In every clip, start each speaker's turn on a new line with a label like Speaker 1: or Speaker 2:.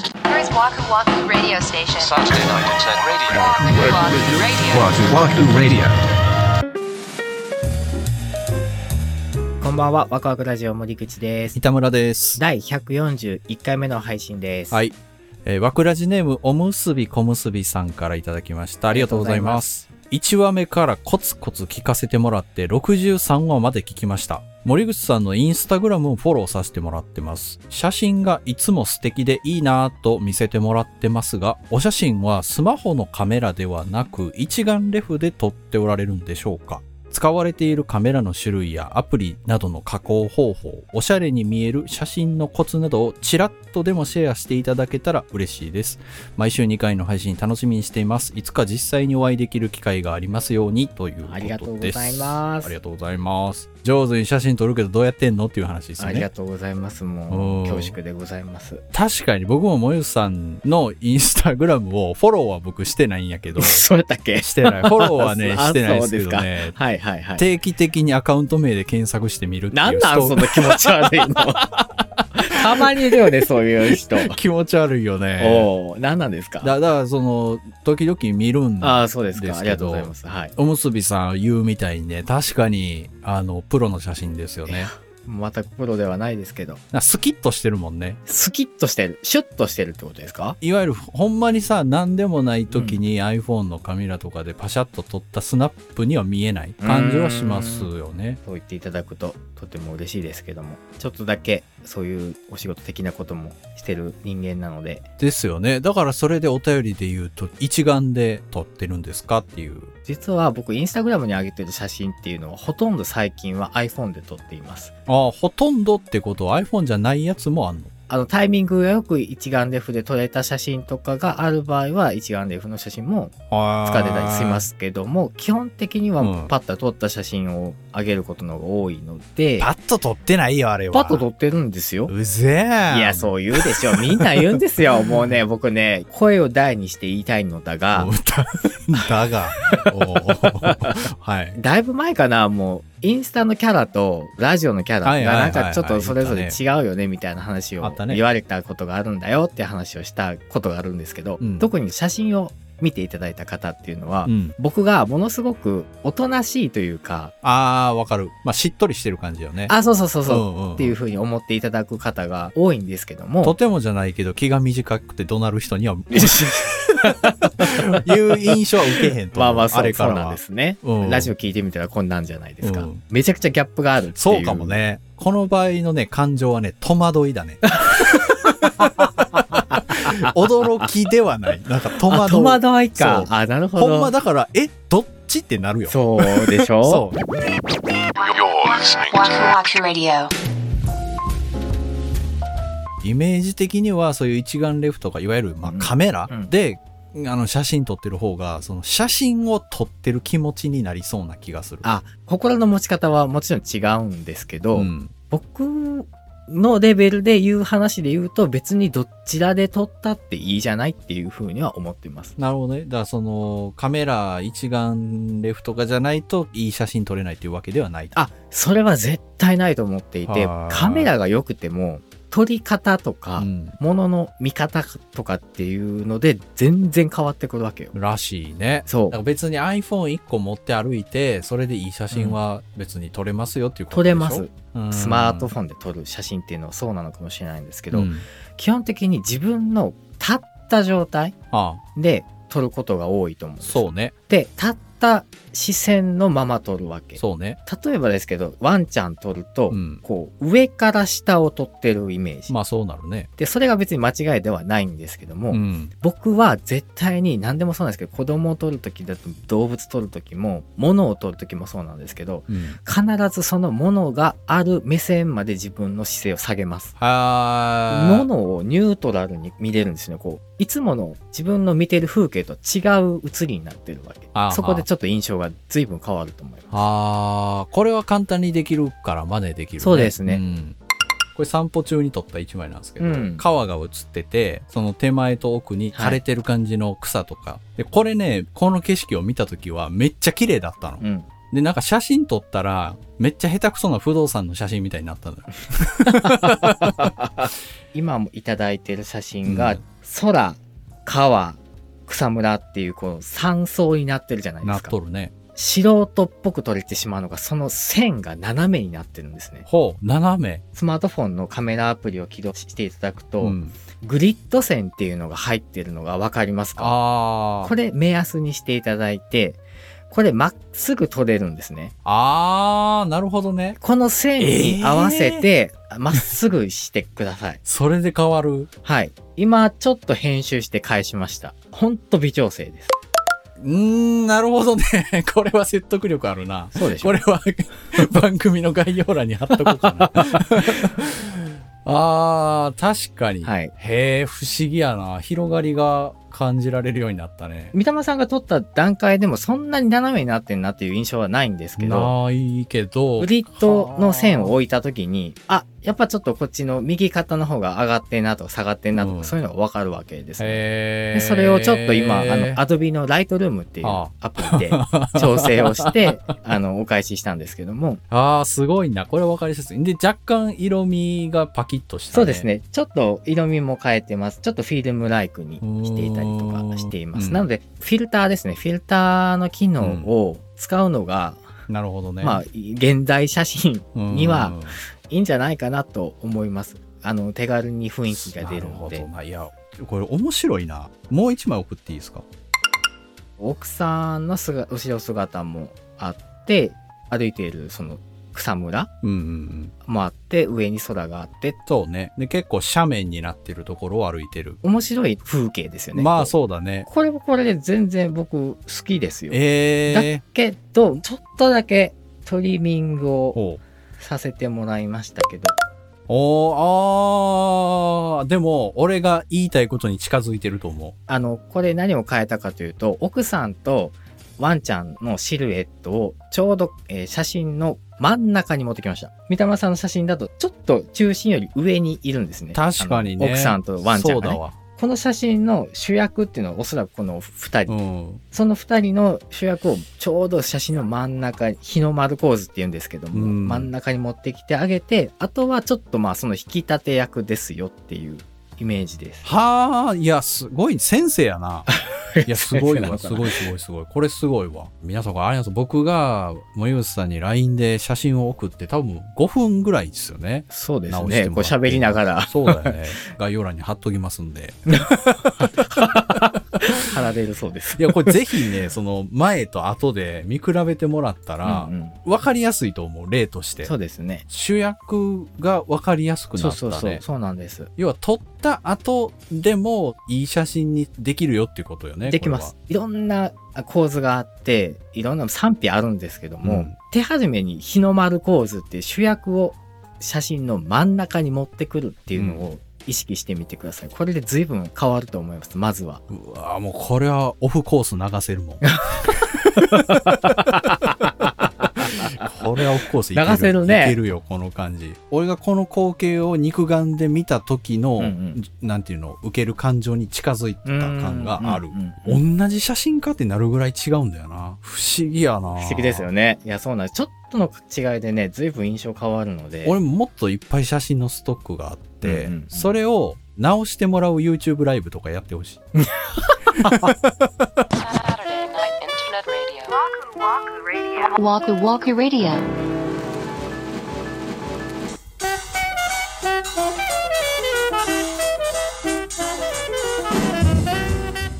Speaker 1: Waku Waku Radio Station.
Speaker 2: Saturday night at 10 radio.
Speaker 1: Waku Waku Radio.
Speaker 3: Wahoo Wahoo Radio.
Speaker 4: こんばんは、ワクワクラジオ森口です。
Speaker 5: 板村です。
Speaker 4: 第141回目の配信です。。
Speaker 5: はいい。えー、わくらじネーム、おむすびこむすびさんからいただきました。ありがとうございます。1話目からコツコツ聞かせてもらって、63話まで聞きました。森口さんのインスタグラムをフォローさせてもらってます。写真がいつも素敵でいいなぁと見せてもらってますが、お写真はスマホのカメラではなく、一眼レフで撮っておられるんでしょうか使われているカメラの種類やアプリなどの加工方法、おしゃれに見える写真のコツなどをちらっとでもシェアしていただけたら嬉しいです。毎週2回の配信楽しみにしています。いつか実際にお会いできる機会がありますようにということです。
Speaker 4: ありがとうございます
Speaker 5: ありがとうございます。上手に写真撮るけどどうやってんのっていう話ですよ
Speaker 4: あり
Speaker 5: ね
Speaker 4: が。とうございます。もう、
Speaker 5: おー
Speaker 4: 恐縮でございます。
Speaker 5: 確かに僕ももゆさんのインスタグラムをフォローは僕してないんやけど、し
Speaker 4: そうやったっけ
Speaker 5: てない。フォローはね、
Speaker 4: あ
Speaker 5: してないですけど
Speaker 4: そう
Speaker 5: ね。
Speaker 4: はいはいはい。
Speaker 5: 定期的にアカウント名で検索してみるっていう
Speaker 4: なんなん
Speaker 5: 人
Speaker 4: その気持ち悪いの。たまにいるよね、そういう 人。
Speaker 5: 気持ち悪いよね。
Speaker 4: おお、なんなんですか
Speaker 5: だだからその時々見るんだ。
Speaker 4: ああ、そうですか
Speaker 5: です
Speaker 4: あり
Speaker 5: けど
Speaker 4: がとうございます。はい。
Speaker 5: おむすびさん言うみたいにね確かにあのプロの写真ですよね。
Speaker 4: 全くプロではないですけど、
Speaker 5: なスキッとしてるもんね。
Speaker 4: スキッとしてる、シュッとしてるってことですか
Speaker 5: いわゆるほんまにさ何でもない時に iPhone のカメラとかでパシャッと撮ったスナップには見えない感じはしますよね。
Speaker 4: そう言っていただくととても嬉しいですけどもちょっとだけそういうお仕事的なこともしてる人間なので
Speaker 5: ですよね。だからそれでお便りで言うと一眼で撮ってるんですかっていう。
Speaker 4: 実は僕インスタグラムに上げてる写真っていうのはほとんど最近は iPhone で撮っています
Speaker 5: ああほとんどってことは iPhone じゃないやつもあんの
Speaker 4: あのタイミングがよく一眼レフで撮れた写真とかがある場合は一眼レフの写真も
Speaker 5: 使。
Speaker 4: 使ってたりしますすけども基本的に
Speaker 5: う
Speaker 4: は
Speaker 5: ん
Speaker 4: パッと撮った写真を上げることの方が多いので、
Speaker 5: パッと撮ってないよ、あれは。
Speaker 4: パッと撮ってるんですよ
Speaker 5: うぜえ。
Speaker 4: いや、
Speaker 5: う。
Speaker 4: そう言うでしょ。みんな言うんです よ。もうね、僕ね、声を大にして言いたいのだが、
Speaker 5: だが。 おーはい。
Speaker 4: だいぶ前かな、もう、インスタのキャラとラジオのキャラが
Speaker 5: はいはいはい
Speaker 4: な
Speaker 5: は
Speaker 4: ん
Speaker 5: い
Speaker 4: かちょっとそれぞれ違うよねみたいな話
Speaker 5: あ
Speaker 4: を
Speaker 5: ったね
Speaker 4: 言われたことがあるんだよって話をしたことがあるんですけど、
Speaker 5: うん
Speaker 4: 特に写真を見ていただいた方っていうのは、
Speaker 5: うん。
Speaker 4: 僕がものすごくおとなしいというか、
Speaker 5: あー、わかる。まあ、しっとりしてる感じよね。
Speaker 4: あ、そうそうそうそう、
Speaker 5: んんん
Speaker 4: っていうふうに思っていただく方が多いんですけども
Speaker 5: と、てもじゃないけど、気が短くて怒鳴る 人には、いう印象は受けへんと思う。
Speaker 4: まあまあそう
Speaker 5: あれか
Speaker 4: そう
Speaker 5: ら
Speaker 4: なん
Speaker 5: は
Speaker 4: で。すね、
Speaker 5: うん
Speaker 4: ラジオ聞いてみたらこんなんじゃないですか、
Speaker 5: うん
Speaker 4: めちゃくちゃギャップがあるっていう
Speaker 5: そうかもね。この場合のね、感情はね、戸惑い だね。 驚きではない。なんか戸
Speaker 4: あ
Speaker 5: 惑
Speaker 4: 戸
Speaker 5: う。
Speaker 4: 惑いか
Speaker 5: そう
Speaker 4: あなるほど
Speaker 5: ほんまだから、え、どっちってなるよ。
Speaker 4: そうでしょ
Speaker 5: そう。
Speaker 2: You're listening
Speaker 1: Waku
Speaker 2: to
Speaker 1: Waku Radio.
Speaker 5: イメージ的にはそういう一眼レフとかいわゆるまあ
Speaker 4: うん
Speaker 5: カメラ
Speaker 4: うん
Speaker 5: で、あの写真撮ってる方がその写真を撮ってる気持ちになりそうな気がする。
Speaker 4: あ心の持ち方はもちろん違うんですけど、
Speaker 5: うん、
Speaker 4: 僕のレベルで言う話で言うと別にどちらで撮ったっていいじゃないっていうふうには思ってます
Speaker 5: なるほどね。だからそのカメラ一眼レフとかじゃないといい写真撮れないっていうわけではないと。
Speaker 4: あそれは絶対ないと思っていて
Speaker 5: はあ
Speaker 4: カメラが良くても撮り方とか、
Speaker 5: うん
Speaker 4: ものの見方とかっていうので全然変わってくるわけよ。
Speaker 5: らしいね。
Speaker 4: そ
Speaker 5: だから
Speaker 4: う。
Speaker 5: 別に iPhone1 個持って歩いてそれでいい写真は別に撮れますよっていうこ
Speaker 4: 撮
Speaker 5: とで
Speaker 4: れ
Speaker 5: しょ
Speaker 4: ます。
Speaker 5: うん
Speaker 4: スマートフォンで撮る写真っていうのはそうなのかもしれないんですけど、
Speaker 5: うん
Speaker 4: 基本的に自分の立った状態
Speaker 5: あ
Speaker 4: で撮ることが多いと思うんです
Speaker 5: そうね。
Speaker 4: で立った視線のまま撮るわけ
Speaker 5: そうね。
Speaker 4: 例えばですけどワンちゃん撮ると、
Speaker 5: うん。
Speaker 4: こう上から下を撮ってるイメージ、
Speaker 5: まあそうなるね。
Speaker 4: でそれが別に間違いではないんですけども、
Speaker 5: うん。
Speaker 4: 僕は絶対に何でもそうなんですけど子供を撮る時だと動物撮る時も物を撮る時もそうなんですけど
Speaker 5: うん
Speaker 4: 必ずその物がある目線まで自分の姿勢を下げます。
Speaker 5: はー
Speaker 4: 物をニュートラルに見れるんですねこういつもの自分の見てる風景と違う写りになってるわけ
Speaker 5: ああ
Speaker 4: そこでちょっと印象が随分変わると思います
Speaker 5: あーこれは簡単にできるから真似できる、
Speaker 4: そうですね
Speaker 5: んこれ散歩中に撮った一枚なんですけど、
Speaker 4: うん
Speaker 5: 川が映っててその手前と奥に枯れてる感じの草とか、でこれねこの景色を見た時はめっちゃ綺麗だったの、
Speaker 4: うん
Speaker 5: で、なんか写真撮ったら、めっちゃ下手くそな不動産の写真みたいになったのよ。
Speaker 4: 今もいただいてる写真
Speaker 5: う
Speaker 4: が
Speaker 5: ん
Speaker 4: 空川草むらっていうこの三層になってるじゃないで
Speaker 5: なっ
Speaker 4: すか
Speaker 5: とるね。
Speaker 4: 素人っぽく撮れてしまうのがその線が斜めになってるんですね
Speaker 5: ほう、斜め。
Speaker 4: スマートフォンのカメラアプリを起動していただくと、
Speaker 5: うん。
Speaker 4: グリッド線っていうのが入ってるのが分かりますか
Speaker 5: あ
Speaker 4: こ
Speaker 5: ー。
Speaker 4: れ目安にしていただいてこれまっすぐ撮れるんですね
Speaker 5: あー、なるほどね。
Speaker 4: この線に合わせてまっすぐしてください
Speaker 5: それで変わる。
Speaker 4: はい今ちょっと編集して返しましたほんと微調整です
Speaker 5: うーん、なるほどね。 これは説得力あるな。
Speaker 4: そうでし
Speaker 5: こ
Speaker 4: ょ
Speaker 5: れは 番組の概要欄に貼っとこうかな。あー、確かに。
Speaker 4: はい
Speaker 5: へえ、不思議やな。広がりが感じられるようになったね。
Speaker 4: 三玉さんが撮った段階でもそんなに斜めになってんなっていう印象はないんですけど
Speaker 5: ないけど。
Speaker 4: グリッドの線を置いた時にあやっぱちょっとこっちの右肩の方が上がってんなとか下がってんなとか、
Speaker 5: うん
Speaker 4: そういうのが分かるわけですね
Speaker 5: へ
Speaker 4: で
Speaker 5: え。
Speaker 4: それをちょっと今、あの、
Speaker 5: あ
Speaker 4: Adobe の Lightroom っていう
Speaker 5: あ
Speaker 4: アプリで調整を して、あの、お返ししたんですけども、
Speaker 5: あー、すごいな。これ分かりやすい。で、若干色味がパキッとした、ね。
Speaker 4: そうです。ね、ちょっと色味も変えてます。ちょっとフィルムライクにしていたりとかしていま
Speaker 5: う
Speaker 4: す。
Speaker 5: ん
Speaker 4: なので、フィルターですね、フィルターの機能を使うのが、
Speaker 5: なるほどね。
Speaker 4: まあ、現代写真
Speaker 5: うん
Speaker 4: にはいいんじゃないかなと思います。あの、手軽に雰囲気が出るの
Speaker 5: な
Speaker 4: で
Speaker 5: ほど。ないやこれ面白いなもう一枚送っていいですか
Speaker 4: 奥さんのすが後ろ姿もあって、歩いているその草むら
Speaker 5: うんうんうん
Speaker 4: もあって上に空があって
Speaker 5: そうねで結構斜面になってるところを歩いてる、
Speaker 4: 面白い風景ですよね
Speaker 5: まあ
Speaker 4: う
Speaker 5: そうだね
Speaker 4: これもこれで全然僕好きですよ
Speaker 5: ええ
Speaker 4: けどちょっとだけトリミングを
Speaker 5: おう
Speaker 4: させてもらいましたけど
Speaker 5: おーあーでも俺が言いたいことに近づいてると思
Speaker 4: あのこれ何を変えたかというと奥さんとワンちゃんのシルエットをちょうど、えー写真の真ん中に持ってきました三玉さんの写真だとちょっと中心より上にいるんですね
Speaker 5: う確か
Speaker 4: あ
Speaker 5: にね
Speaker 4: の奥さんとワンちゃんが、
Speaker 5: そうだ
Speaker 4: ね、
Speaker 5: わ
Speaker 4: この写真の主役っていうのはおそらくこの2人
Speaker 5: うん
Speaker 4: その2人の主役をちょうど写真の真ん中日の丸構図って言うんですけども、
Speaker 5: うん
Speaker 4: 真ん中に持ってきてあげてあとはちょっとまあその引き立て役ですよっていうイメージです。
Speaker 5: はあいやすごい先生 やないやすごいわす
Speaker 4: い。
Speaker 5: ごいすごいすごいこれすごいわ皆さんこれあれなんですよ僕が森口さんに LINE で写真を送って多分5分ぐらいです よね
Speaker 4: そうです
Speaker 5: 直して
Speaker 4: ね。
Speaker 5: も
Speaker 4: こう
Speaker 5: らって
Speaker 4: 喋りながら
Speaker 5: そうだよね。概要欄に貼っときますんで。
Speaker 4: 貼られるそうです。
Speaker 5: いや、これぜひね、その前と後で見比べてもらったら
Speaker 4: うん、うん
Speaker 5: わかりやすいと思う、例として
Speaker 4: そ。うですね。
Speaker 5: 主役がわかりやすく
Speaker 4: そ
Speaker 5: な
Speaker 4: う
Speaker 5: った
Speaker 4: そう
Speaker 5: ね。
Speaker 4: そうそうなんです。
Speaker 5: 要は撮った後でもいい写真にできるよっていうことよね。
Speaker 4: できます。いろんな構図があっていろんな賛否あるんですけども、
Speaker 5: うん
Speaker 4: 手始めに日の丸構図っていう主役を写真の真ん中に持ってくるっていうのを意識してみてください。これで随分変わると思います。まずは。
Speaker 5: これは。うわぁもうこれはオフコース流 せるもん。これはオフコースいける
Speaker 4: 流せるね
Speaker 5: いけるよ、この感じ。俺がこの光景を肉眼で見た時
Speaker 4: う
Speaker 5: の、
Speaker 4: んうん
Speaker 5: なんていうの、受ける感情に近づいた感がある
Speaker 4: うん。うんうん
Speaker 5: 同じ写真家ってなるぐらい違うんだよな。不思議やな。不
Speaker 4: 不思議ですよね。いやそうなんです。ちょっとの違いでね随分印象変わるので。
Speaker 5: 俺もっといっぱい写真のストックがあって、
Speaker 4: うんうんうん
Speaker 5: それを直してもらう YouTube ライブとかやってほしい。
Speaker 1: Saturday night internet radio. Waku Waku Radio. Waku Waku Radio.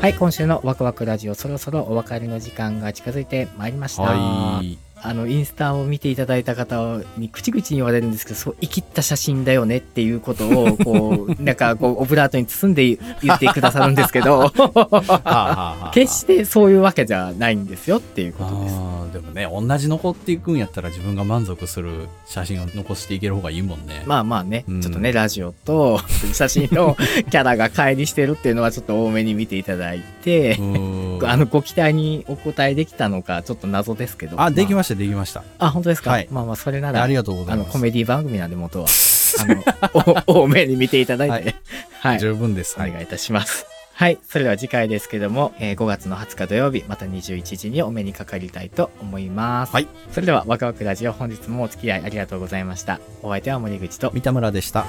Speaker 4: はい今週のワクワクラジオそろそろお別れの時間が近づいてまいりました。
Speaker 5: はい。
Speaker 4: あのインスタを見ていただいた方に口々に言われるんですけどそう生きった写真だよねっていうことをこうなんかこうオブラートに包んで言ってくださるんですけ ど 決
Speaker 5: て
Speaker 4: してそういうわけじゃないんですよっていうことです。
Speaker 5: でもね、同じ残っていくんやったら自分が満足する写真を残していける方がいいもんね。
Speaker 4: まあまあね、
Speaker 5: うん
Speaker 4: ちょっとねラジオと写真のキャラが乖離してるっていうのはちょっと多めに見ていただいて
Speaker 5: う、ーん
Speaker 4: あのご期待にお答えできたのかちょっと謎ですけど
Speaker 5: あ、でき
Speaker 4: ま
Speaker 5: ました、できました。
Speaker 4: ああ本当ですか、
Speaker 5: はい
Speaker 4: まあまあそれなら
Speaker 5: ありがとうござ
Speaker 4: あ
Speaker 5: い
Speaker 4: の
Speaker 5: ます。
Speaker 4: コメディ番組なんで元はあのお多めに見ていただいて、はい
Speaker 5: 十分です。はい
Speaker 4: お願いいたします。 はい。それでは次回ですけども、えー5月の20日土曜日、また21時にお目にかかりたいと思います。
Speaker 5: はい。
Speaker 4: それでは、ワクワクラジオ本日もお付き合いありがとうございました。お相手は森口と
Speaker 5: 三田村でした。